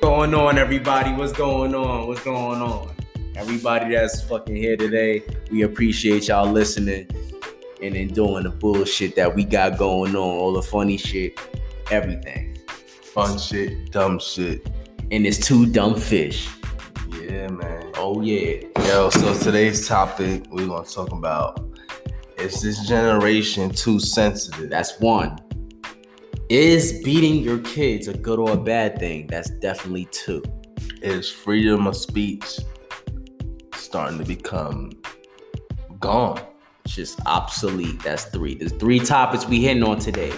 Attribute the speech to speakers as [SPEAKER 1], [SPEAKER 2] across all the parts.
[SPEAKER 1] going on, everybody? What's going on? What's going on? Everybody that's fucking here today, we appreciate y'all listening and enjoying the bullshit that we got going on, all the funny shit, everything.
[SPEAKER 2] Fun shit, dumb shit.
[SPEAKER 1] And it's two dumb fish.
[SPEAKER 2] Yeah, man.
[SPEAKER 1] Oh yeah.
[SPEAKER 2] Yo, so today's topic we're gonna talk about is this generation too sensitive?
[SPEAKER 1] That's one. Is beating your kids a good or a bad thing? That's definitely two.
[SPEAKER 2] Is freedom of speech starting to become gone?
[SPEAKER 1] It's just obsolete. That's three. There's three topics we hitting on today.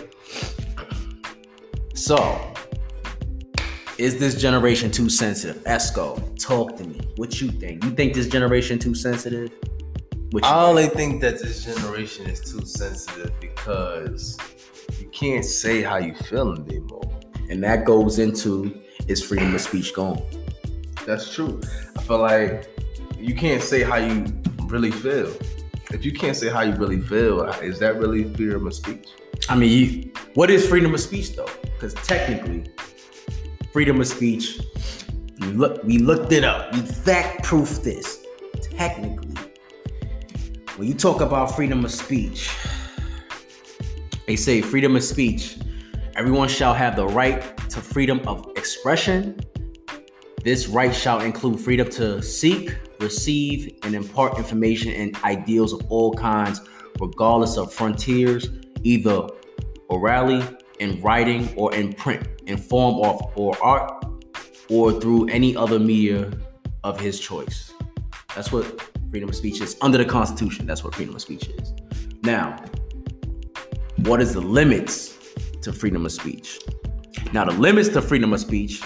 [SPEAKER 1] So, is this generation too sensitive? Esco, talk to me. What you think? You think this generation too sensitive? What you
[SPEAKER 2] I only think that this generation is too sensitive because you can't say how you feeling anymore.
[SPEAKER 1] And that goes into is freedom of speech gone?
[SPEAKER 2] That's true. I feel like you can't say how you really feel. If you can't say how you really feel, is that really freedom of speech?
[SPEAKER 1] I mean, you, what is freedom of speech though? Because technically, freedom of speech, we, look, we looked it up. We fact proofed this. Technically, when you talk about freedom of speech, they say freedom of speech, everyone shall have the right to freedom of expression. This right shall include freedom to seek, receive, and impart information and ideals of all kinds, regardless of frontiers, either orally, in writing, or in print, in form of or art, or through any other media of his choice. That's what freedom of speech is under the Constitution. That's what freedom of speech is. Now, what is the limits to freedom of speech? Now, the limits to freedom of speech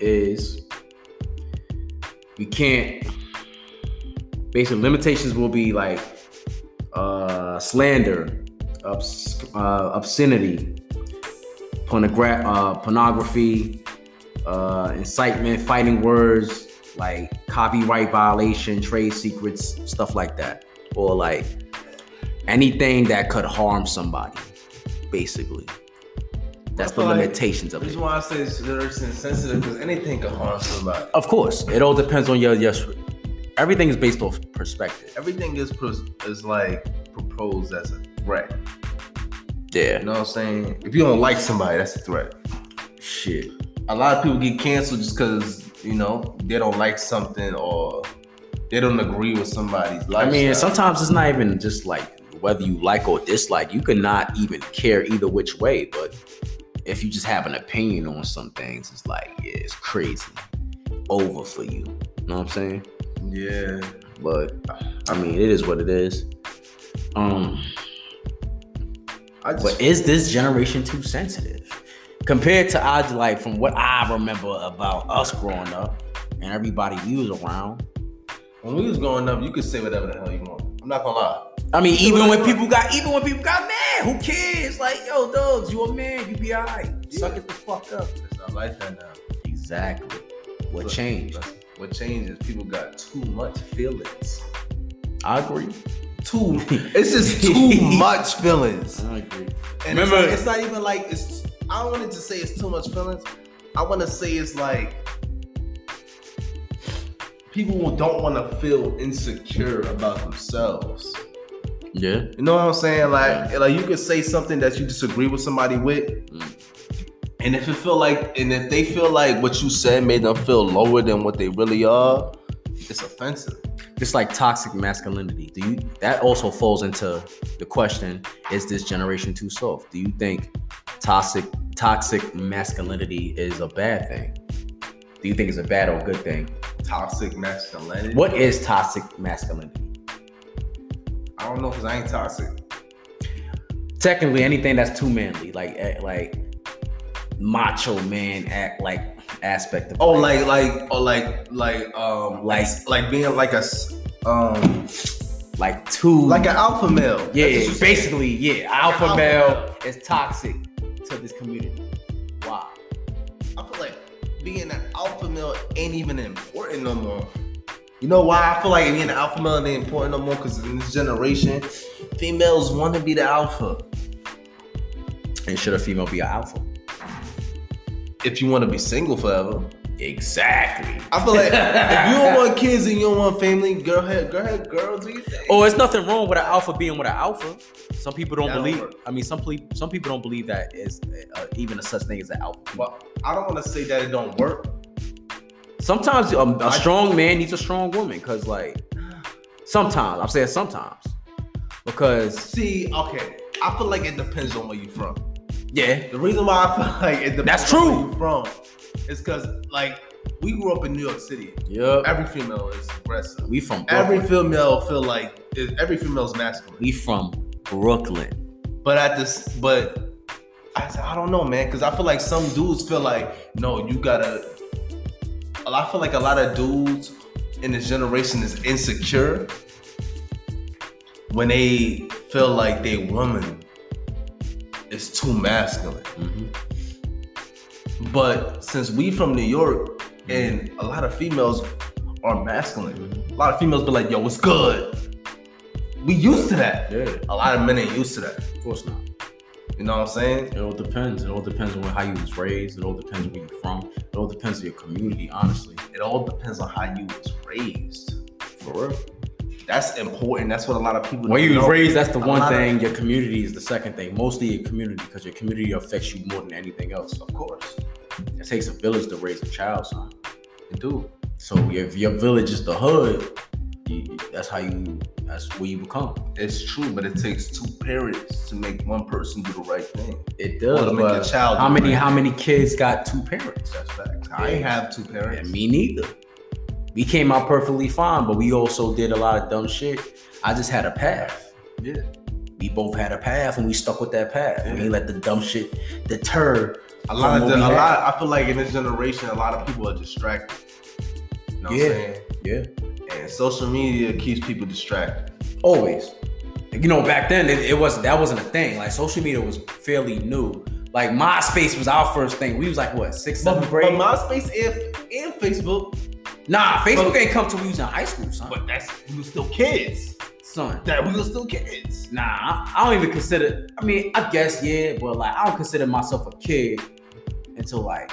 [SPEAKER 1] is you can't. Basically, limitations will be like uh, slander, obs- uh, obscenity, pornogra- uh, pornography, uh, incitement, fighting words, like copyright violation, trade secrets, stuff like that, or like anything that could harm somebody, basically. That's
[SPEAKER 2] I
[SPEAKER 1] the
[SPEAKER 2] feel like-
[SPEAKER 1] limitations
[SPEAKER 2] The
[SPEAKER 1] of it.
[SPEAKER 2] reason why I say this generation is sensitive because anything can harm somebody.
[SPEAKER 1] Of course, it all depends on your yes. Everything is based off perspective.
[SPEAKER 2] Everything is pros- is like proposed as a threat. You
[SPEAKER 1] Yeah.
[SPEAKER 2] know what I'm saying? If you don't like somebody, that's a threat.
[SPEAKER 1] Shit.
[SPEAKER 2] A lot of people get canceled just because you know they don't like something or they don't agree with somebody's
[SPEAKER 1] I
[SPEAKER 2] lifestyle.
[SPEAKER 1] mean, sometimes it's not even just like whether you like or dislike. You could not even care either which way, but if you just have an opinion on some things, it's like, yeah, it's crazy. Over for you. You know what I'm saying?
[SPEAKER 2] yeah.
[SPEAKER 1] But I mean, it is what it is. Um,
[SPEAKER 2] I just
[SPEAKER 1] But is this generation too sensitive? Compared to I like from what I remember about us growing up and everybody we was around.
[SPEAKER 2] when we was growing up, you could say whatever the hell you want. I'm not gonna lie.
[SPEAKER 1] I mean, even when people got even when people got mad, who cares? Like, yo, dogs, you a man, you be alright. Suck it the fuck up.
[SPEAKER 2] It's not like that now.
[SPEAKER 1] Exactly. What
[SPEAKER 2] Look,
[SPEAKER 1] changed?
[SPEAKER 2] look, What changed is people got too much feelings.
[SPEAKER 1] I agree.
[SPEAKER 2] Too. It's just too much feelings.
[SPEAKER 1] I agree.
[SPEAKER 2] And
[SPEAKER 1] Remember-
[SPEAKER 2] it's, it's not even like it's. I don't wanted to say it's too much feelings. I want to say it's like people don't want to feel insecure about themselves.
[SPEAKER 1] Yeah.
[SPEAKER 2] You know what I'm saying? Like, like you could say something that you disagree with somebody with,
[SPEAKER 1] Mm.
[SPEAKER 2] and if it feel like, and if they feel like what you said made them feel lower than what they really are, it's offensive.
[SPEAKER 1] Just like toxic masculinity. Do you that also falls into the question, is this generation too soft? Do you think toxic toxic masculinity is a bad thing? Do you think it's a bad or a good thing?
[SPEAKER 2] Toxic masculinity.
[SPEAKER 1] What is toxic masculinity?
[SPEAKER 2] I don't know because I ain't toxic.
[SPEAKER 1] Technically anything that's too manly, like eh, like macho man act like aspect of
[SPEAKER 2] Oh,
[SPEAKER 1] life.
[SPEAKER 2] like like or like like um
[SPEAKER 1] Like-
[SPEAKER 2] like like being like a s- um
[SPEAKER 1] like too
[SPEAKER 2] like an alpha male. That's
[SPEAKER 1] Yeah,
[SPEAKER 2] what you said.
[SPEAKER 1] basically, yeah. Alpha,
[SPEAKER 2] Alpha
[SPEAKER 1] male is toxic to this community. Why?
[SPEAKER 2] I feel like being an alpha male ain't even important no more. You know why I feel like being an alpha male ain't important no more? Because in this generation, females want to be the alpha.
[SPEAKER 1] And should a female be an alpha?
[SPEAKER 2] If you want to be single forever,
[SPEAKER 1] Exactly.
[SPEAKER 2] I feel like if you don't want kids and you don't want family, girl head, girl head, girl, do you think?
[SPEAKER 1] Or it's Oh, nothing wrong with an alpha being with an alpha. Some people don't
[SPEAKER 2] That don't
[SPEAKER 1] believe.
[SPEAKER 2] work.
[SPEAKER 1] I mean, some ple- some people don't believe that is uh, even a such thing as an alpha.
[SPEAKER 2] Well, I don't want to say that it don't work.
[SPEAKER 1] Sometimes um, a
[SPEAKER 2] I-
[SPEAKER 1] strong man needs a strong woman, cause like sometimes I'm saying sometimes because
[SPEAKER 2] See, okay, I feel like it depends on where you're from.
[SPEAKER 1] yeah,
[SPEAKER 2] The reason why I feel like it depends
[SPEAKER 1] That's
[SPEAKER 2] on
[SPEAKER 1] true.
[SPEAKER 2] where you're from is because like we grew up in New York City.
[SPEAKER 1] yeah,
[SPEAKER 2] Every female is aggressive.
[SPEAKER 1] we from Brooklyn.
[SPEAKER 2] Every female feel like is, every female is masculine.
[SPEAKER 1] we from Brooklyn.
[SPEAKER 2] But at this, but I, said, I don't know, man, because I feel like some dudes feel like no, you gotta. I feel like a lot of dudes in this generation is insecure when they feel like they woman is too masculine.
[SPEAKER 1] Mm-hmm,
[SPEAKER 2] But since we from New York and a lot of females are
[SPEAKER 1] mm-hmm.
[SPEAKER 2] masculine, a lot of females be like, yo, what's good? We used to that.
[SPEAKER 1] Yeah,
[SPEAKER 2] A lot of men ain't used to that.
[SPEAKER 1] of course not.
[SPEAKER 2] You know what I'm saying?
[SPEAKER 1] It all depends. It all depends on how you was raised. It all depends where you're from. It all depends on your community, honestly.
[SPEAKER 2] It all depends on how you was raised.
[SPEAKER 1] For real.
[SPEAKER 2] That's important. That's what a lot of people
[SPEAKER 1] Where
[SPEAKER 2] don't
[SPEAKER 1] you was
[SPEAKER 2] know.
[SPEAKER 1] raised, that's the
[SPEAKER 2] A
[SPEAKER 1] one
[SPEAKER 2] lot of-
[SPEAKER 1] thing. Your community is the second thing. Mostly your community, because your community affects you more than anything else.
[SPEAKER 2] Of course.
[SPEAKER 1] It takes a village to raise a child, son.
[SPEAKER 2] It do.
[SPEAKER 1] So if your village is the hood, you, that's how you. That's where you become.
[SPEAKER 2] It's true, but it takes two parents to make one person do the right thing.
[SPEAKER 1] It
[SPEAKER 2] Or to make a child
[SPEAKER 1] how
[SPEAKER 2] do the
[SPEAKER 1] many?
[SPEAKER 2] right
[SPEAKER 1] How many kids got two parents?
[SPEAKER 2] That's facts. I ain't
[SPEAKER 1] Yeah.
[SPEAKER 2] have two parents.
[SPEAKER 1] And me neither. We came out perfectly fine, but we also did a lot of dumb shit. I just had a path.
[SPEAKER 2] Yeah.
[SPEAKER 1] We both had a path, and we stuck with that path. And we
[SPEAKER 2] Yeah.
[SPEAKER 1] let the dumb shit deter.
[SPEAKER 2] A lot
[SPEAKER 1] from
[SPEAKER 2] of
[SPEAKER 1] what
[SPEAKER 2] gen-
[SPEAKER 1] we
[SPEAKER 2] a
[SPEAKER 1] had.
[SPEAKER 2] lot. I feel like in this generation, a lot of people are distracted. You know what
[SPEAKER 1] Yeah.
[SPEAKER 2] I'm saying?
[SPEAKER 1] Yeah.
[SPEAKER 2] And social media keeps people distracted.
[SPEAKER 1] always. You know, back then it, it was that wasn't a thing. Like social media was fairly new. Like MySpace was our first thing. We was like what six,
[SPEAKER 2] But,
[SPEAKER 1] seventh
[SPEAKER 2] but
[SPEAKER 1] grade.
[SPEAKER 2] MySpace and, and Facebook,
[SPEAKER 1] nah, Facebook
[SPEAKER 2] but-
[SPEAKER 1] ain't come till we was in high school, son.
[SPEAKER 2] but that's we were still kids.
[SPEAKER 1] son,
[SPEAKER 2] That we were still kids.
[SPEAKER 1] nah, I, I don't even consider. I mean, I guess yeah, but like I don't consider myself a kid until like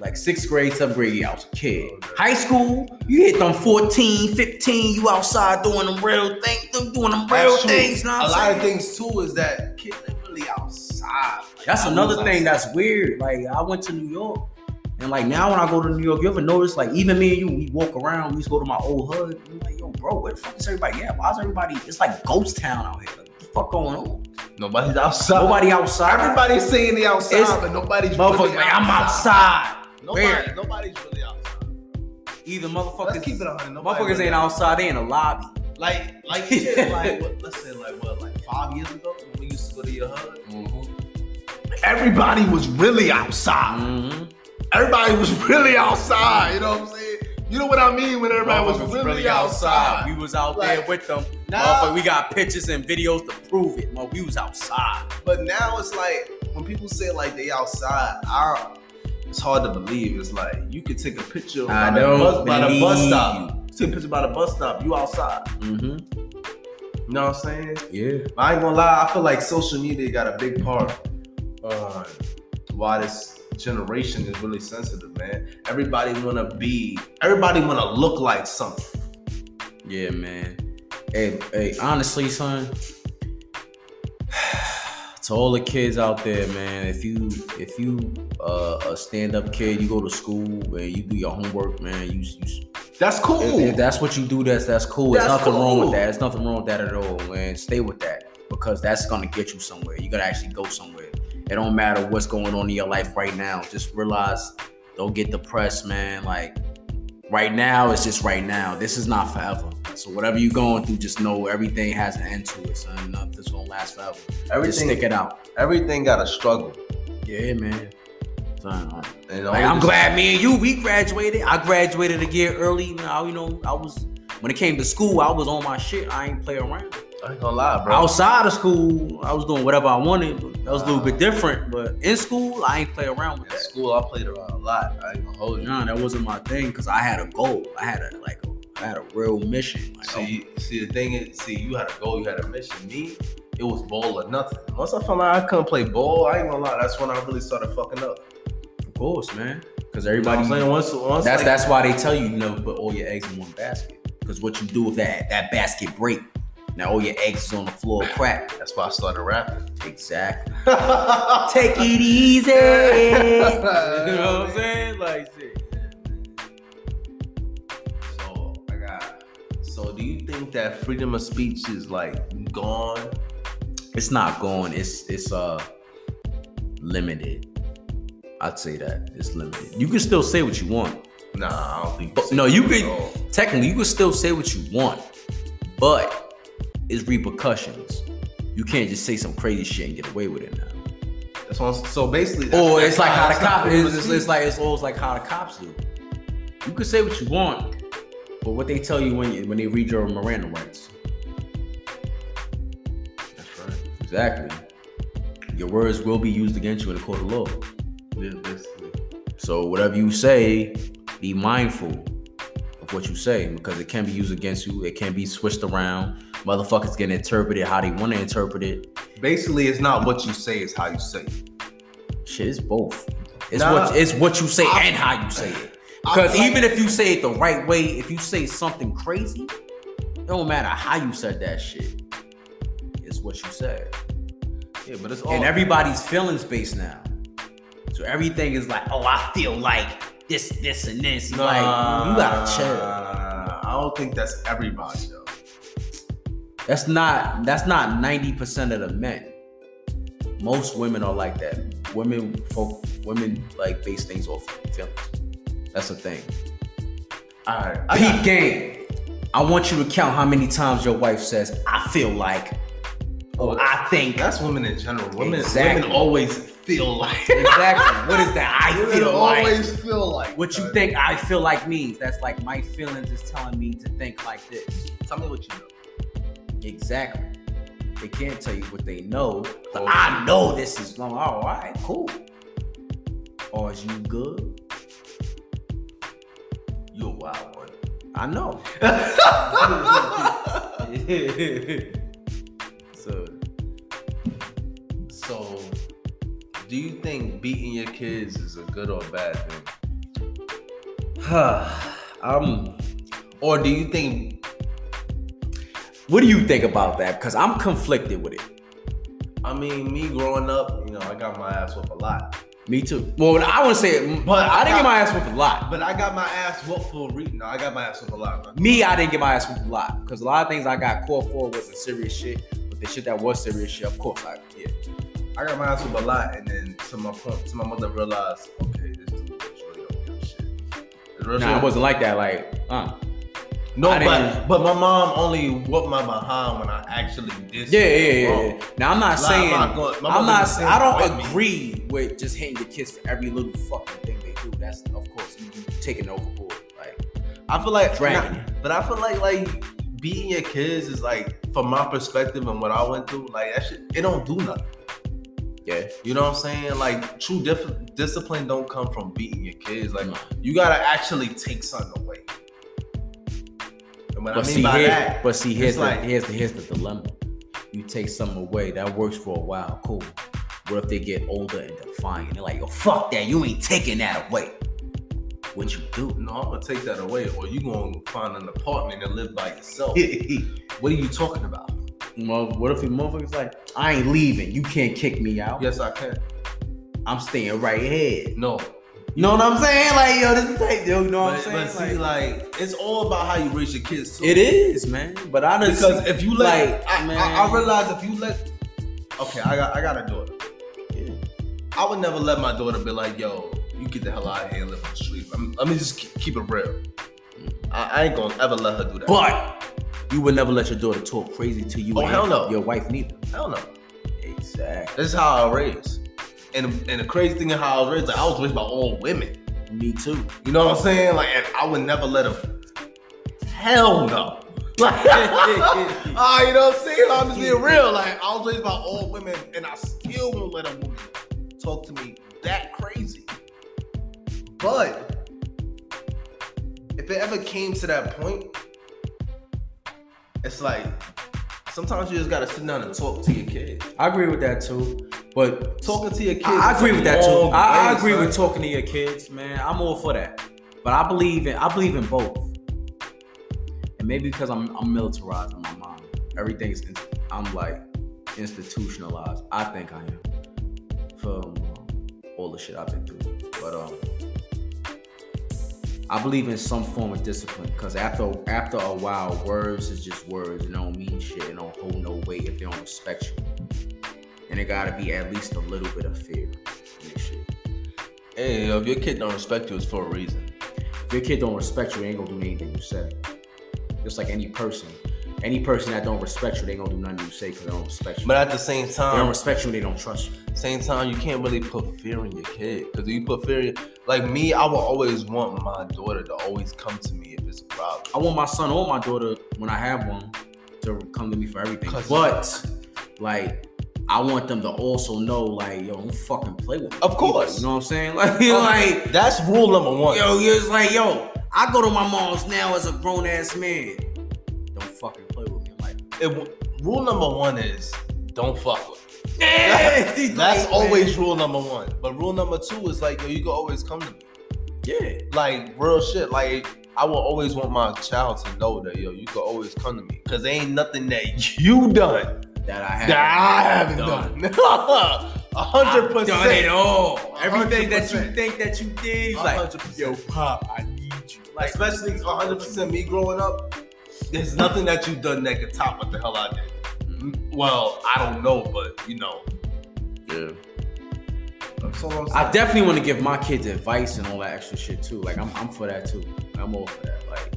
[SPEAKER 1] like sixth grade, seventh grade. Yeah, I was a kid. High school, you hit them 14, 15, You outside doing them real things, them doing them
[SPEAKER 2] That's
[SPEAKER 1] real
[SPEAKER 2] true.
[SPEAKER 1] things. Know
[SPEAKER 2] A
[SPEAKER 1] what I'm
[SPEAKER 2] lot
[SPEAKER 1] saying?
[SPEAKER 2] of things too is that kids ain't really outside. Like,
[SPEAKER 1] That's
[SPEAKER 2] I
[SPEAKER 1] another
[SPEAKER 2] was
[SPEAKER 1] thing
[SPEAKER 2] outside.
[SPEAKER 1] that's weird. Like I went to New York, and like now when I go to New York, you ever notice like even me and you, we walk around, we used to go to my old hood. and I'm like, yo, bro, where the fuck is everybody? Yeah, why is everybody? It's like ghost town out here. Like, what the fuck going on?
[SPEAKER 2] nobody's outside.
[SPEAKER 1] Nobody outside.
[SPEAKER 2] Everybody's saying they outside,
[SPEAKER 1] It's-
[SPEAKER 2] but nobody's
[SPEAKER 1] motherfucker,
[SPEAKER 2] really
[SPEAKER 1] like, I'm outside.
[SPEAKER 2] Nobody,
[SPEAKER 1] Where?
[SPEAKER 2] nobody's really outside.
[SPEAKER 1] Either
[SPEAKER 2] Let's keep it
[SPEAKER 1] motherfuckers,
[SPEAKER 2] on.
[SPEAKER 1] motherfuckers ain't outside. They in the lobby.
[SPEAKER 2] Like, like, you said, like, what, let's say, like, what, like five years ago when we used to go to your hood, Mm-hmm. everybody was really outside.
[SPEAKER 1] Mhm.
[SPEAKER 2] Everybody was really outside. You know what I'm saying? You know what I mean when everybody was
[SPEAKER 1] Motherfuckers
[SPEAKER 2] really, outside.
[SPEAKER 1] We was out there
[SPEAKER 2] Like,
[SPEAKER 1] with them.
[SPEAKER 2] now-
[SPEAKER 1] Motherfucker, we got pictures and videos to prove it. Well, we was outside.
[SPEAKER 2] But now it's like when people say like they outside, I, it's hard to believe. It's like you could take a picture
[SPEAKER 1] I
[SPEAKER 2] by,
[SPEAKER 1] don't
[SPEAKER 2] the bus, by the bus
[SPEAKER 1] believe
[SPEAKER 2] stop. Take a picture by the bus stop. You outside.
[SPEAKER 1] Mm-hmm.
[SPEAKER 2] You know what I'm saying?
[SPEAKER 1] Yeah.
[SPEAKER 2] I ain't gonna lie, I feel like social media got a big part on why this generation is really sensitive, man. Everybody wanna be, everybody wanna look like something.
[SPEAKER 1] Yeah, man. Hey, hey, honestly, son. To all the kids out there, man, if you if you uh, a stand up kid, you go to school and you do your homework, man. You, you
[SPEAKER 2] That's cool.
[SPEAKER 1] if, if that's what you do, that's that's cool. There's
[SPEAKER 2] That's
[SPEAKER 1] nothing wrong with
[SPEAKER 2] cool.
[SPEAKER 1] that. There's nothing wrong with that at all, man. Stay with that because that's gonna get you somewhere. You're gonna actually go somewhere. It don't matter what's going on in your life right now. Just realize, don't get depressed, man. Like right now, it's just right now. This is not forever. So whatever you're going through, just know everything has an end to it. Son, nothing's gonna last forever. Just stick
[SPEAKER 2] everything,
[SPEAKER 1] it out.
[SPEAKER 2] everything got a struggle.
[SPEAKER 1] Yeah, man. Son, I-
[SPEAKER 2] And
[SPEAKER 1] like,
[SPEAKER 2] all
[SPEAKER 1] I'm
[SPEAKER 2] this-
[SPEAKER 1] glad me and you we graduated. I graduated a year early. You know, I- you know, I was when it came to school, I was on my shit. I ain't play around.
[SPEAKER 2] I ain't gonna lie, bro.
[SPEAKER 1] Outside of school, I was doing whatever I wanted. That was a little bit different. But in school, I ain't play around with
[SPEAKER 2] At
[SPEAKER 1] that. Oh,
[SPEAKER 2] school, I played around a lot. I ain't gonna hold you.
[SPEAKER 1] Nah, that wasn't my thing because I had a goal. I had a like, a, I had a real mission. Like, oh,
[SPEAKER 2] See, see, the thing is, see, you had a goal, you had a mission. Me, it was ball or nothing. Once I found out I couldn't play ball, I ain't gonna lie, that's when I really started fucking up.
[SPEAKER 1] of course, man. Because
[SPEAKER 2] But
[SPEAKER 1] everybody
[SPEAKER 2] I'm saying once, once
[SPEAKER 1] That's
[SPEAKER 2] like,
[SPEAKER 1] that's why they tell you you never put all your eggs in one basket. Because what you do with that that basket break, now all your eggs is on the floor, crack.
[SPEAKER 2] that's why I started rapping.
[SPEAKER 1] Exactly. Take it easy. you know what I'm saying? Like shit.
[SPEAKER 2] So I got. So do you think that freedom of speech is like gone?
[SPEAKER 1] It's not going. It's it's uh limited. I'd say that it's limited. You can still say what you want.
[SPEAKER 2] Nah, I don't think.
[SPEAKER 1] But-
[SPEAKER 2] so.
[SPEAKER 1] no, you could-
[SPEAKER 2] No.
[SPEAKER 1] Technically, you can still say what you want, but it's repercussions. You can't just say some crazy shit and get away with it now.
[SPEAKER 2] That's what I'm- so basically. that's-
[SPEAKER 1] Or Oh, it's
[SPEAKER 2] that's
[SPEAKER 1] like how the
[SPEAKER 2] that's not
[SPEAKER 1] cops.
[SPEAKER 2] freedom of
[SPEAKER 1] It's, it's,
[SPEAKER 2] speech.
[SPEAKER 1] it's like it's always like how the cops do. You can say what you want, but what they tell you when you, when they read your Miranda rights.
[SPEAKER 2] That's right.
[SPEAKER 1] Exactly. Your words will be used against you in a court of law.
[SPEAKER 2] Yeah, basically.
[SPEAKER 1] So whatever you say, be mindful of what you say because it can be used against you. It can be switched around. Motherfuckers can interpret it how they want to interpret it.
[SPEAKER 2] Basically, it's not what you say; it's how you say. it.
[SPEAKER 1] Shit, it's both. It's
[SPEAKER 2] Nah.
[SPEAKER 1] what it's what you say
[SPEAKER 2] I-
[SPEAKER 1] and how you say it.
[SPEAKER 2] I
[SPEAKER 1] Because
[SPEAKER 2] feel like-
[SPEAKER 1] even if you say it the right way, if you say something crazy, it don't matter how you said that shit. It's what you said.
[SPEAKER 2] yeah, but it's all.
[SPEAKER 1] And everybody's feelings based now. So everything is like, oh, I feel like this, this, and this. It's Like, you gotta chill.
[SPEAKER 2] I don't think that's everybody though.
[SPEAKER 1] That's not that's not 90% of the men. Most women are like that. Women folk women like base things off feelings. That's the thing.
[SPEAKER 2] All right,
[SPEAKER 1] Peep game. I want you to count how many times your wife says, I feel like, or I think.
[SPEAKER 2] oh, That's women in general. Women,
[SPEAKER 1] Exactly.
[SPEAKER 2] women always feel like.
[SPEAKER 1] Exactly. what is that? I
[SPEAKER 2] women
[SPEAKER 1] feel like.
[SPEAKER 2] always feel like. uh,
[SPEAKER 1] What you
[SPEAKER 2] son.
[SPEAKER 1] think I feel like means. That's like my feelings is telling me to think like this.
[SPEAKER 2] Tell me what you know.
[SPEAKER 1] Exactly. They can't tell you what they know. But I know this is wrong. Oh, all right, cool. Or is you good?
[SPEAKER 2] You a wild one.
[SPEAKER 1] I know.
[SPEAKER 2] so, so, do you think beating your kids is a good or bad thing,
[SPEAKER 1] um,
[SPEAKER 2] or do you think
[SPEAKER 1] what do you think about that? Because I'm conflicted with it.
[SPEAKER 2] I mean, me growing up, you know, I got my ass whooped a lot.
[SPEAKER 1] Me too. Well, I wouldn't say it, but I didn't get my ass whooped a lot.
[SPEAKER 2] But I got my ass whooped for a reason. No, I got my ass whooped a lot.
[SPEAKER 1] Me, I didn't get my ass whooped a lot because a lot of things I got caught for wasn't serious shit. But the shit that was serious shit, of course, I yeah.
[SPEAKER 2] I got my ass whooped a lot, and then to my point, to my mother realized, okay, this dude really don't give a shit. This real
[SPEAKER 1] Nah,
[SPEAKER 2] shit.
[SPEAKER 1] it wasn't like that. Like, uh,
[SPEAKER 2] No,
[SPEAKER 1] I
[SPEAKER 2] but
[SPEAKER 1] didn't-
[SPEAKER 2] but my mom only whooped my behind when I actually did.
[SPEAKER 1] yeah, yeah, yeah,
[SPEAKER 2] something
[SPEAKER 1] yeah.
[SPEAKER 2] wrong.
[SPEAKER 1] Now I'm not
[SPEAKER 2] Like,
[SPEAKER 1] saying
[SPEAKER 2] I'm not. going- my
[SPEAKER 1] I'm
[SPEAKER 2] mother
[SPEAKER 1] not.
[SPEAKER 2] didn't
[SPEAKER 1] I don't
[SPEAKER 2] whip me.
[SPEAKER 1] agree with just hating the kids for every little fucking thing they do. That's of course you, you taking overboard. Like,
[SPEAKER 2] I feel like
[SPEAKER 1] Dragging
[SPEAKER 2] nah, but I feel like like beating your kids is like, from my perspective and what I went through, like that shit, it don't do nothing.
[SPEAKER 1] yeah,
[SPEAKER 2] You know what I'm saying? Like true dif- discipline don't come from beating your kids. Like
[SPEAKER 1] No.
[SPEAKER 2] you gotta actually take something away. And what
[SPEAKER 1] but
[SPEAKER 2] I mean
[SPEAKER 1] see
[SPEAKER 2] by
[SPEAKER 1] here,
[SPEAKER 2] that,
[SPEAKER 1] but see here's
[SPEAKER 2] it's
[SPEAKER 1] the,
[SPEAKER 2] like-
[SPEAKER 1] here's the here's the dilemma. You take something away that works for a while, cool. What if they get older and defiant? They're like, yo, fuck that. You ain't taking that away. What you do?
[SPEAKER 2] no, I'm gonna take that away, or you gonna find an apartment and live by yourself. what are you talking about?
[SPEAKER 1] Well, what if the motherfucker's like, I ain't leaving. You can't kick me out.
[SPEAKER 2] Yes, I can.
[SPEAKER 1] I'm staying right here.
[SPEAKER 2] No,
[SPEAKER 1] You know what I'm saying? Like, yo, this is like, yo, you know what
[SPEAKER 2] but,
[SPEAKER 1] I'm
[SPEAKER 2] but
[SPEAKER 1] saying?
[SPEAKER 2] see,
[SPEAKER 1] Like,
[SPEAKER 2] like, it's all about how you raise your kids. Too.
[SPEAKER 1] it is, man. But I done
[SPEAKER 2] because
[SPEAKER 1] seen-
[SPEAKER 2] if you let,
[SPEAKER 1] like,
[SPEAKER 2] I, I,
[SPEAKER 1] man.
[SPEAKER 2] I realize if you let, okay, I got, I got a daughter.
[SPEAKER 1] Yeah.
[SPEAKER 2] I would never let my daughter be like, yo, you get the hell out of here and live on the street. i let me just keep, keep it real. I, I ain't gonna ever let her do that.
[SPEAKER 1] But you would never let your daughter talk crazy to you.
[SPEAKER 2] Oh,
[SPEAKER 1] and
[SPEAKER 2] hell no.
[SPEAKER 1] Your wife neither.
[SPEAKER 2] hell no,
[SPEAKER 1] Exactly.
[SPEAKER 2] this is how I was raised. And and the crazy thing is how I was raised, like, I was raised by all women.
[SPEAKER 1] Me too.
[SPEAKER 2] You know what I'm saying? Like, and I would never let her. Hell no. Like, Ah, you know what I'm saying? I'm just being real. Like I was raised by all women, and I still won't let a woman talk to me that crazy. But if it ever came to that point, it's like sometimes you just gotta sit down and talk to your kid.
[SPEAKER 1] I agree with that too. But
[SPEAKER 2] Talking to your kids.
[SPEAKER 1] I, I agree with that too.
[SPEAKER 2] Long
[SPEAKER 1] I, I
[SPEAKER 2] way,
[SPEAKER 1] agree
[SPEAKER 2] son.
[SPEAKER 1] with talking to your kids, man. I'm all for that. But I believe in I believe in both. And maybe because I'm I'm militarized in my mind. Everything's in, I'm like institutionalized. I think I am. From all the shit I've been through. But um I believe in some form of discipline because after after a while, words is just words and don't mean shit and don't hold no weight if they don't respect you. And it gotta be at least a little bit of fear in this shit.
[SPEAKER 2] Hey, yo, if your kid don't respect you, it's for a reason.
[SPEAKER 1] If your kid don't respect you, they ain't gonna do anything you say. Just like any person. Any person that don't respect you, they gonna do nothing you say because they don't respect you.
[SPEAKER 2] But um, at the same
[SPEAKER 1] they don't
[SPEAKER 2] time,
[SPEAKER 1] respect you, they don't trust you.
[SPEAKER 2] same time, you can't really put fear in your kid because you put fear. in- Like me, I will always want my daughter to always come to me if it's a problem.
[SPEAKER 1] I want my son or my daughter, when I have one, to come to me for everything.
[SPEAKER 2] 'Cause-
[SPEAKER 1] But like, I want them to also know, like, yo, don't fucking play with me.
[SPEAKER 2] Of course. Oh,
[SPEAKER 1] you know what I'm saying? Like, you're like,
[SPEAKER 2] that's rule number one.
[SPEAKER 1] yo, you're just like, yo, I go to my mom's now as a grown ass man. Don't fucking play with me, I'm like.
[SPEAKER 2] It- rule number one is don't fuck with. me.
[SPEAKER 1] he's
[SPEAKER 2] That's
[SPEAKER 1] like,
[SPEAKER 2] always rule number one. But rule number two is like, yo, you can always come to me.
[SPEAKER 1] yeah.
[SPEAKER 2] like real shit. Like I will always want my child to know that yo, you can always come to me because there ain't nothing that you done
[SPEAKER 1] That I have.
[SPEAKER 2] that I haven't done. A hundred
[SPEAKER 1] I've Done it
[SPEAKER 2] percent.
[SPEAKER 1] all. Everything that you
[SPEAKER 2] 100%.
[SPEAKER 1] think that you did, he's
[SPEAKER 2] A
[SPEAKER 1] like,
[SPEAKER 2] hundred percent.
[SPEAKER 1] yo, pop, I need you. Like,
[SPEAKER 2] Especially a hundred percent me growing up. There's nothing that you done that could top what the hell I did. Well, I don't know, but you know.
[SPEAKER 1] yeah.
[SPEAKER 2] That's all I'm
[SPEAKER 1] I
[SPEAKER 2] saying.
[SPEAKER 1] definitely want to give my kids advice and all that extra shit too. Like I'm, I'm for that too. I'm all for that. Like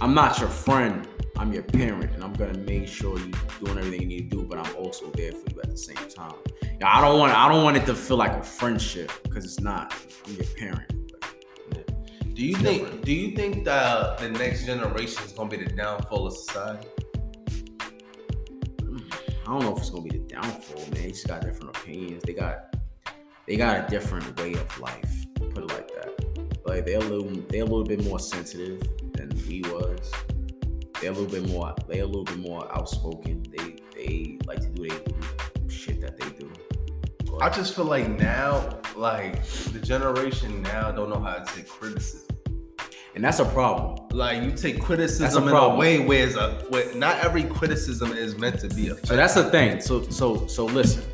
[SPEAKER 1] I'm not your friend. I'm your parent, and I'm gonna make sure you're doing everything you need to do. But I'm also there for you at the same time. Now, I don't want, I don't want it to feel like a friendship because it's not. I'm your parent.
[SPEAKER 2] do you think? Do you think that the next generation is gonna be the downfall of society?
[SPEAKER 1] I don't know if it's gonna be the downfall, man. They just got different opinions. They got they got a different way of life. Put it like that. Like they're a little they're a little bit more sensitive than we was. They're a little bit more they're a little bit more outspoken. They they like to do they shit that they do. But
[SPEAKER 2] I just feel like now, like the generation now don't know how to take criticism.
[SPEAKER 1] and that's a problem.
[SPEAKER 2] Like you take
[SPEAKER 1] That's a
[SPEAKER 2] criticism in a
[SPEAKER 1] problem.
[SPEAKER 2] way where it's a where not every criticism is meant to be a
[SPEAKER 1] So that's the thing. So so so listen.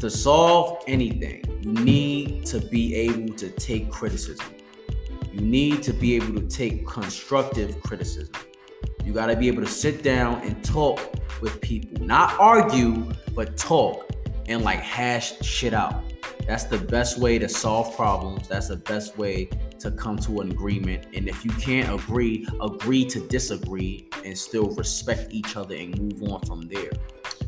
[SPEAKER 1] To solve anything, you need to be able to take criticism. You need to be able to take constructive criticism. You got to be able to sit down and talk with people, not argue, but talk and like hash shit out. That's the best way to solve problems. That's the best way to come to an agreement. And if you can't agree, agree to disagree and still respect each other and move on from there.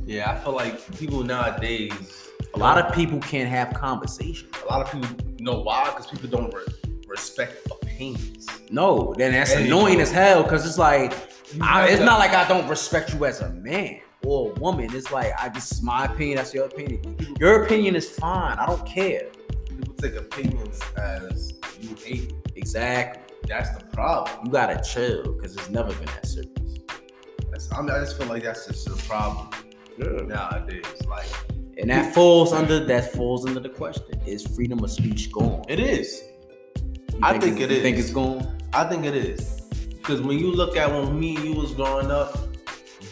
[SPEAKER 2] Yeah, I feel like people nowadays,
[SPEAKER 1] A lot of people can't have conversation.
[SPEAKER 2] a lot of people know why because people don't re- respect opinions.
[SPEAKER 1] No, then that's
[SPEAKER 2] There you
[SPEAKER 1] annoying
[SPEAKER 2] go.
[SPEAKER 1] as hell because it's like, I,
[SPEAKER 2] have
[SPEAKER 1] Ah, it's
[SPEAKER 2] to-
[SPEAKER 1] not like I don't respect you as a man or a woman. It's like I this is my opinion. That's your opinion. Your opinion is fine. I don't care.
[SPEAKER 2] People take opinions as you hate.
[SPEAKER 1] Exactly.
[SPEAKER 2] That's the problem.
[SPEAKER 1] You gotta chill because it's never been that serious.
[SPEAKER 2] That's, I, mean, I just feel like that's just the problem nowadays. Like
[SPEAKER 1] And that falls under that falls under the question: Is freedom of speech gone?
[SPEAKER 2] it is.
[SPEAKER 1] You
[SPEAKER 2] I think it
[SPEAKER 1] you
[SPEAKER 2] is.
[SPEAKER 1] Think it's gone?
[SPEAKER 2] I think it is. Because when you look at when me and you was growing up,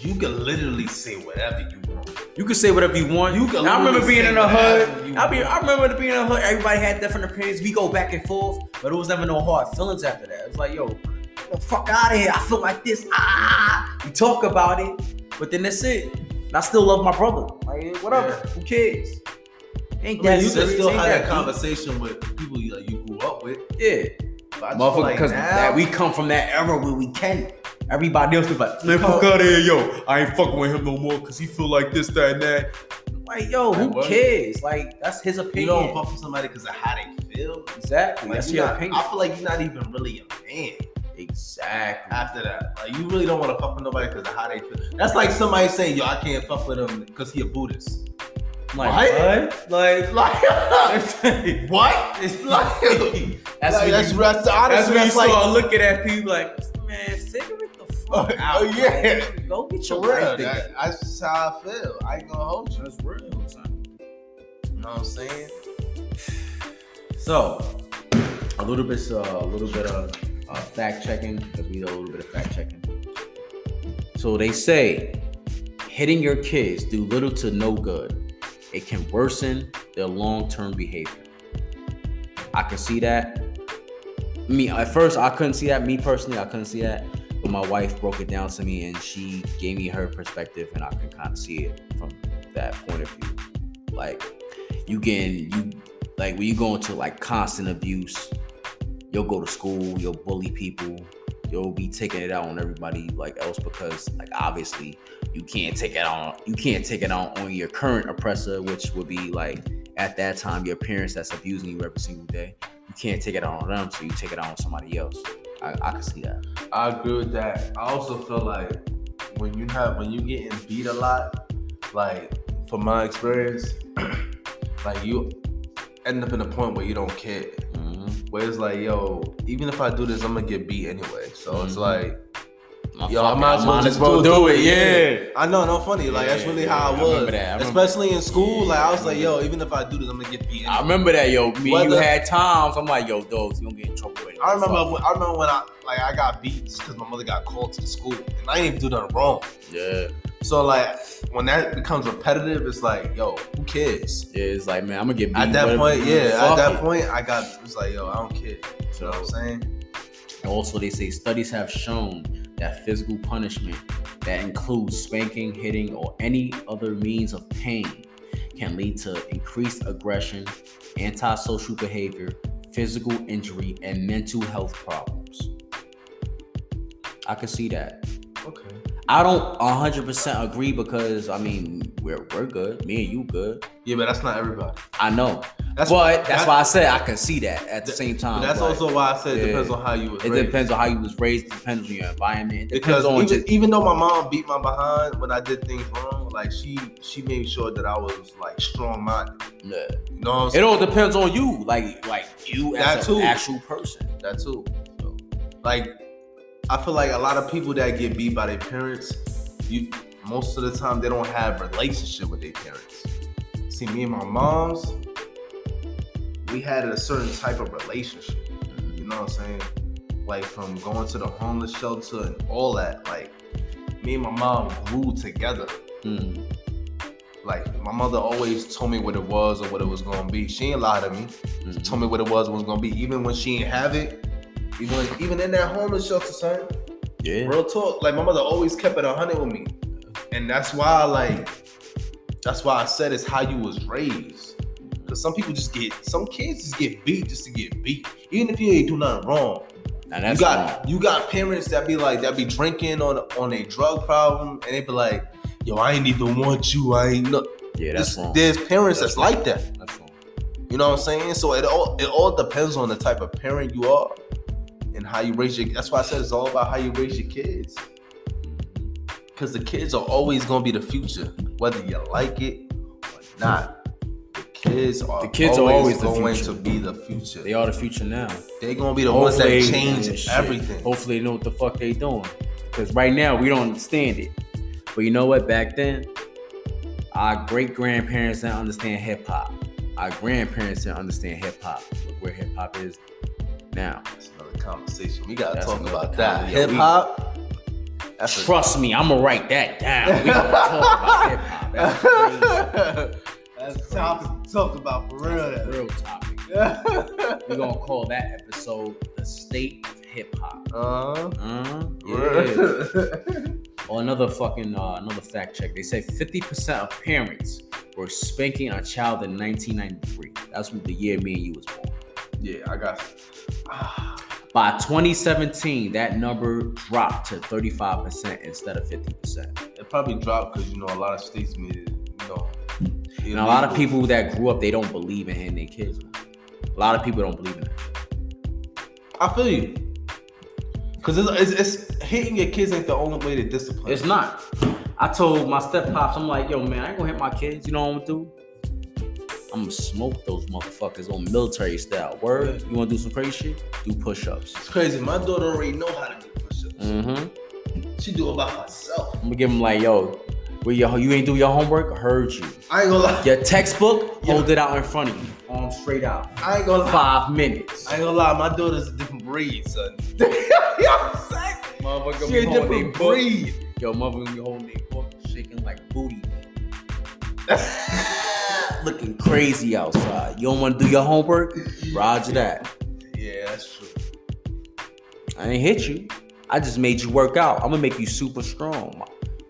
[SPEAKER 2] you could literally say whatever you want.
[SPEAKER 1] You can say whatever you want.
[SPEAKER 2] You can
[SPEAKER 1] And I remember
[SPEAKER 2] literally
[SPEAKER 1] being
[SPEAKER 2] say
[SPEAKER 1] in the
[SPEAKER 2] whatever you
[SPEAKER 1] hood. I be,
[SPEAKER 2] want.
[SPEAKER 1] I remember being in the hood. Everybody had different opinions. We go back and forth, but it was never no hard feelings after that. It was like, yo, the fuck out of here. I feel like this. Ah, we talk about it, but then that's it. And I still love my brother. Like whatever. Who cares? Ain't
[SPEAKER 2] I
[SPEAKER 1] that
[SPEAKER 2] mean, you
[SPEAKER 1] serious?
[SPEAKER 2] could still
[SPEAKER 1] Ain't
[SPEAKER 2] have that
[SPEAKER 1] deep.
[SPEAKER 2] conversation with people you, like, you grew up with.
[SPEAKER 1] Yeah.
[SPEAKER 2] But I just feel
[SPEAKER 1] Motherfucker,
[SPEAKER 2] like
[SPEAKER 1] because
[SPEAKER 2] now-
[SPEAKER 1] that we come from that era where we can. Everybody else was like, man, fuck out of here, yo. I ain't fucking with him no more because he feel like this, that, and that. Like, yo,
[SPEAKER 2] Like,
[SPEAKER 1] who
[SPEAKER 2] what?
[SPEAKER 1] cares? Like, that's his opinion.
[SPEAKER 2] you don't fuck with somebody because of how they feel.
[SPEAKER 1] exactly.
[SPEAKER 2] Like,
[SPEAKER 1] that's
[SPEAKER 2] you
[SPEAKER 1] your
[SPEAKER 2] not-
[SPEAKER 1] opinion.
[SPEAKER 2] I feel like you're not even really a man
[SPEAKER 1] exactly.
[SPEAKER 2] after that. Like you really don't want to fuck with nobody because of how they feel. That's like somebody saying, "Yo, I can't fuck with him because he a Buddhist."
[SPEAKER 1] like, what? Like,
[SPEAKER 2] Like what? It's like
[SPEAKER 1] That's
[SPEAKER 2] that's
[SPEAKER 1] when
[SPEAKER 2] that's,
[SPEAKER 1] you-
[SPEAKER 2] that's honestly
[SPEAKER 1] that's when you
[SPEAKER 2] that's like
[SPEAKER 1] start looking at people like, man, figure it the
[SPEAKER 2] Oh,
[SPEAKER 1] fuck out.
[SPEAKER 2] oh, yeah.
[SPEAKER 1] Like, Go get your
[SPEAKER 2] For
[SPEAKER 1] life
[SPEAKER 2] real,
[SPEAKER 1] together.
[SPEAKER 2] that, that's just how I feel. I ain't gonna hold you.
[SPEAKER 1] That's real, son.
[SPEAKER 2] You know what I'm saying?
[SPEAKER 1] So, a little bit, uh, a little bit of uh, fact checking because we need a little bit of fact checking. So they say hitting your kids do little to no good. It can worsen their long-term behavior. I can see that. Me at first, I couldn't see that. Me personally, I couldn't see that. But my wife broke it down to me, and she gave me her perspective, and I can kind of see it from that point of view. Like you getting you like when you go into like constant abuse, you'll go to school, you'll bully people, you'll be taking it out on everybody like else because like obviously you can't take it on you can't take it out on your current oppressor, which would be like at that time your parents that's abusing you every single day. You can't take it out on them, so you take it out on somebody else. I, I can see that.
[SPEAKER 2] I agree with that. I also feel like when you have when you getting beat a lot, like from my experience, like you end up in a point where you don't care.
[SPEAKER 1] Mhm.
[SPEAKER 2] Where it's like, yo, even if I do this, I'm gonna get beat anyway. So it's
[SPEAKER 1] Mhm.
[SPEAKER 2] like,
[SPEAKER 1] My
[SPEAKER 2] yo, I
[SPEAKER 1] fucking-
[SPEAKER 2] might as well just
[SPEAKER 1] well
[SPEAKER 2] go do it. Yeah. I know, no funny. Like
[SPEAKER 1] Yeah,
[SPEAKER 2] that's really
[SPEAKER 1] yeah,
[SPEAKER 2] how
[SPEAKER 1] I
[SPEAKER 2] I
[SPEAKER 1] remember
[SPEAKER 2] was,
[SPEAKER 1] that. I remember-
[SPEAKER 2] especially in school.
[SPEAKER 1] Yeah,
[SPEAKER 2] like I was
[SPEAKER 1] I
[SPEAKER 2] like,
[SPEAKER 1] remember
[SPEAKER 2] yo, even if I do this, I'm gonna get beat.
[SPEAKER 1] I
[SPEAKER 2] anyway.
[SPEAKER 1] remember that, yo. Me and you
[SPEAKER 2] Whether-
[SPEAKER 1] had times. I'm like, yo, those you gonna get in trouble. with it.
[SPEAKER 2] I remember.
[SPEAKER 1] Fuck.
[SPEAKER 2] When, I remember when I like I got beat because my mother got called to the school, and I didn't even do nothing wrong.
[SPEAKER 1] Yeah.
[SPEAKER 2] So like when that becomes repetitive, it's like, yo, who cares?
[SPEAKER 1] Yeah, it's like, man, I'm gonna get beat.
[SPEAKER 2] At
[SPEAKER 1] whatever.
[SPEAKER 2] that point, yeah. At
[SPEAKER 1] Fuck
[SPEAKER 2] that
[SPEAKER 1] it.
[SPEAKER 2] point, I got it's like, yo, I don't care. You know what I'm saying?
[SPEAKER 1] Also, they say studies have shown that physical punishment that includes spanking, hitting, or any other means of pain can lead to increased aggression, antisocial behavior, physical injury, and mental health problems. I can see that.
[SPEAKER 2] Okay.
[SPEAKER 1] I don't 100% agree because, I mean, we're, we're good. Me and you good.
[SPEAKER 2] Yeah, but that's not everybody.
[SPEAKER 1] I know.
[SPEAKER 2] That's
[SPEAKER 1] but that's
[SPEAKER 2] that-
[SPEAKER 1] why I said I can see that at the
[SPEAKER 2] Th-
[SPEAKER 1] same
[SPEAKER 2] But
[SPEAKER 1] time.
[SPEAKER 2] that's
[SPEAKER 1] but
[SPEAKER 2] also why I said it
[SPEAKER 1] yeah.
[SPEAKER 2] depends on how you. Was
[SPEAKER 1] It
[SPEAKER 2] raised.
[SPEAKER 1] depends on how you was raised. It depends on your environment. It depends
[SPEAKER 2] Because
[SPEAKER 1] on
[SPEAKER 2] even,
[SPEAKER 1] just
[SPEAKER 2] even though my mom beat my behind when I did things wrong, like she she made sure that I was like strong minded.
[SPEAKER 1] yeah.
[SPEAKER 2] You know what I'm
[SPEAKER 1] It
[SPEAKER 2] saying?
[SPEAKER 1] all depends on you, like like you
[SPEAKER 2] That
[SPEAKER 1] as an
[SPEAKER 2] too.
[SPEAKER 1] actual person.
[SPEAKER 2] That too. So, Like, I feel like a lot of people that get beat by their parents, you most of the time they don't have relationship with their parents. See, me and my moms, we had a certain type of relationship.
[SPEAKER 1] Mm-hmm.
[SPEAKER 2] You know what I'm saying? Like from going to the homeless shelter and all that. Like, me and my mom grew together.
[SPEAKER 1] Mm.
[SPEAKER 2] Like, my mother always told me what it was or what it was gonna be. She ain't lied to me
[SPEAKER 1] Mm.
[SPEAKER 2] told me what it was what it was gonna be. Even when she didn't have it, even even in that homeless shelter, son.
[SPEAKER 1] Yeah,
[SPEAKER 2] Real talk, like my mother always kept it hundred with me, and that's why like that's why I said it's how you was raised. Cause some people just get some kids just get beat just to get beat, even if you ain't do nothing wrong.
[SPEAKER 1] now that's
[SPEAKER 2] you got you got parents that be like that be drinking on on a drug problem, and they be like, "Yo, I ain't even want you. I ain't no."
[SPEAKER 1] wrong. Yeah, that's
[SPEAKER 2] There's,
[SPEAKER 1] wrong.
[SPEAKER 2] there's parents
[SPEAKER 1] That's
[SPEAKER 2] that's,
[SPEAKER 1] wrong.
[SPEAKER 2] like that.
[SPEAKER 1] That's wrong.
[SPEAKER 2] You know what I'm saying? So it all it all depends on the type of parent you are and how you raise your. That's why I said it's all about how you raise your kids, because the kids are always gonna be the future, whether you like it or not. The kids are
[SPEAKER 1] The kids are always
[SPEAKER 2] always,
[SPEAKER 1] the
[SPEAKER 2] going
[SPEAKER 1] future.
[SPEAKER 2] to be the future.
[SPEAKER 1] They are the future now.
[SPEAKER 2] They're gonna be the ones that
[SPEAKER 1] Hopefully-
[SPEAKER 2] change
[SPEAKER 1] yeah, shit. Oh.
[SPEAKER 2] everything.
[SPEAKER 1] Hopefully, they know what the fuck they doing. Because right now we don't understand it. But you know what? Back then, our great grandparents didn't understand hip hop. Our grandparents didn't understand hip hop. Look where hip hop is now.
[SPEAKER 2] That's another conversation. We gotta
[SPEAKER 1] That's
[SPEAKER 2] talk
[SPEAKER 1] another
[SPEAKER 2] about that.
[SPEAKER 1] conversation.
[SPEAKER 2] Hip hop. That's a-
[SPEAKER 1] Trust me, I'm gonna write that down. We gonna talk about hip hop. That's crazy.
[SPEAKER 2] That's a topic to talk about for
[SPEAKER 1] That's a
[SPEAKER 2] real.
[SPEAKER 1] real topic.
[SPEAKER 2] uh
[SPEAKER 1] We're gonna call that episode "The State of Hip Hop."
[SPEAKER 2] huh.
[SPEAKER 1] Uh, yeah.
[SPEAKER 2] Yeah.
[SPEAKER 1] or another fucking uh, another fact check. They say 50% of parents were spanking a child in 1993. That's what the year me and you was born.
[SPEAKER 2] I got. Ah,
[SPEAKER 1] By 2017, that number dropped to 35% instead of 50%.
[SPEAKER 2] It probably dropped because you know a lot of states made it. You
[SPEAKER 1] And
[SPEAKER 2] know,
[SPEAKER 1] a lot of people that grew up, they don't believe in hitting their kids. A lot of people don't believe in it.
[SPEAKER 2] I feel you. Cause it's, it's, it's hitting your kids ain't the only way to discipline.
[SPEAKER 1] It's not. I told my step pops, I'm like, yo, man, I ain't gonna hit my kids. You know what I'm gonna do? I'm gonna smoke those motherfuckers on military style. Word, you wanna do some crazy shit? Do push ups. Mm.
[SPEAKER 2] It's crazy. My daughter already know how to do push-ups.
[SPEAKER 1] Mm-hmm.
[SPEAKER 2] She do it by herself.
[SPEAKER 1] I'm gonna give him like, yo, well, yo, you ain't do your homework. Heard you.
[SPEAKER 2] I ain't gonna lie.
[SPEAKER 1] Your textbook,
[SPEAKER 2] Yeah.
[SPEAKER 1] hold it out in front of you, arm straight out.
[SPEAKER 2] I ain't gonna lie.
[SPEAKER 1] Five minutes.
[SPEAKER 2] I ain't gonna lie. My daughter's a different breed, son. you know what I'm saying?
[SPEAKER 1] Motherfucker
[SPEAKER 2] She a different breed.
[SPEAKER 1] Yo, motherfucker be holding their book, shaking like booty. Looking crazy outside. You don't want to do your homework? Roger that.
[SPEAKER 2] yeah, that's true.
[SPEAKER 1] I ain't hit you. I just made you work out. I'm gonna make you super strong. My,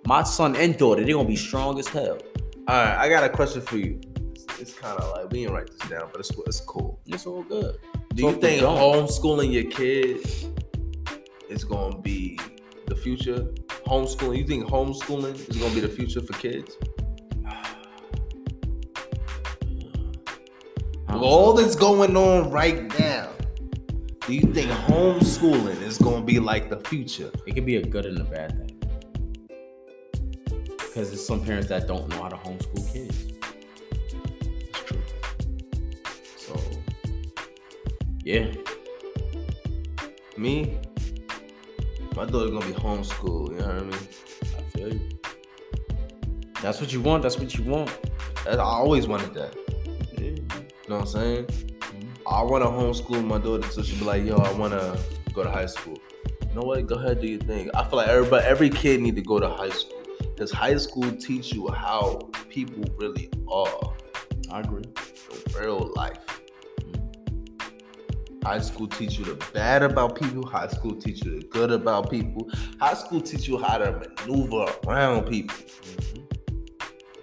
[SPEAKER 1] my son and daughter, they're gonna be strong as hell.
[SPEAKER 2] All right, I got a question for you. It's, it's kind of like we didn't write this down, but it's it's cool.
[SPEAKER 1] It's all good.
[SPEAKER 2] Do you
[SPEAKER 1] Talk to
[SPEAKER 2] think
[SPEAKER 1] John.
[SPEAKER 2] homeschooling your kid is gonna be the future? Homeschooling? You think homeschooling is gonna be the future for kids? With all that's going on right now, do you think homeschooling is gonna be like the future?
[SPEAKER 1] It could be a good and a bad thing. Because there's some parents that don't know how to homeschool kids.
[SPEAKER 2] It's true. So
[SPEAKER 1] Yeah.
[SPEAKER 2] me, my daughter's gonna be homeschooled. You know what I mean?
[SPEAKER 1] I feel you. That's what you want. That's what you want.
[SPEAKER 2] That's- I always wanted that. You know what I'm saying? I want to homeschool my daughter so she be like, yo, I want to go to high school. You know what? Go ahead, do your thing. I feel like everybody, every kid need to go to high school because high school teach you how people really are
[SPEAKER 1] I agree.
[SPEAKER 2] in real life. High school teach you the bad about people. High school teach you the good about people. High school teach you how to maneuver around people.
[SPEAKER 1] Mm-hmm.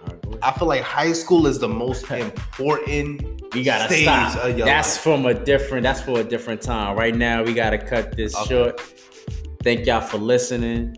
[SPEAKER 1] I agree.
[SPEAKER 2] I feel like high school is the most important.
[SPEAKER 1] We gotta
[SPEAKER 2] stage
[SPEAKER 1] stop.
[SPEAKER 2] of your
[SPEAKER 1] That's
[SPEAKER 2] life.
[SPEAKER 1] from a different. That's for a different time. Right now, we gotta cut this
[SPEAKER 2] Okay.
[SPEAKER 1] short. Thank y'all for listening.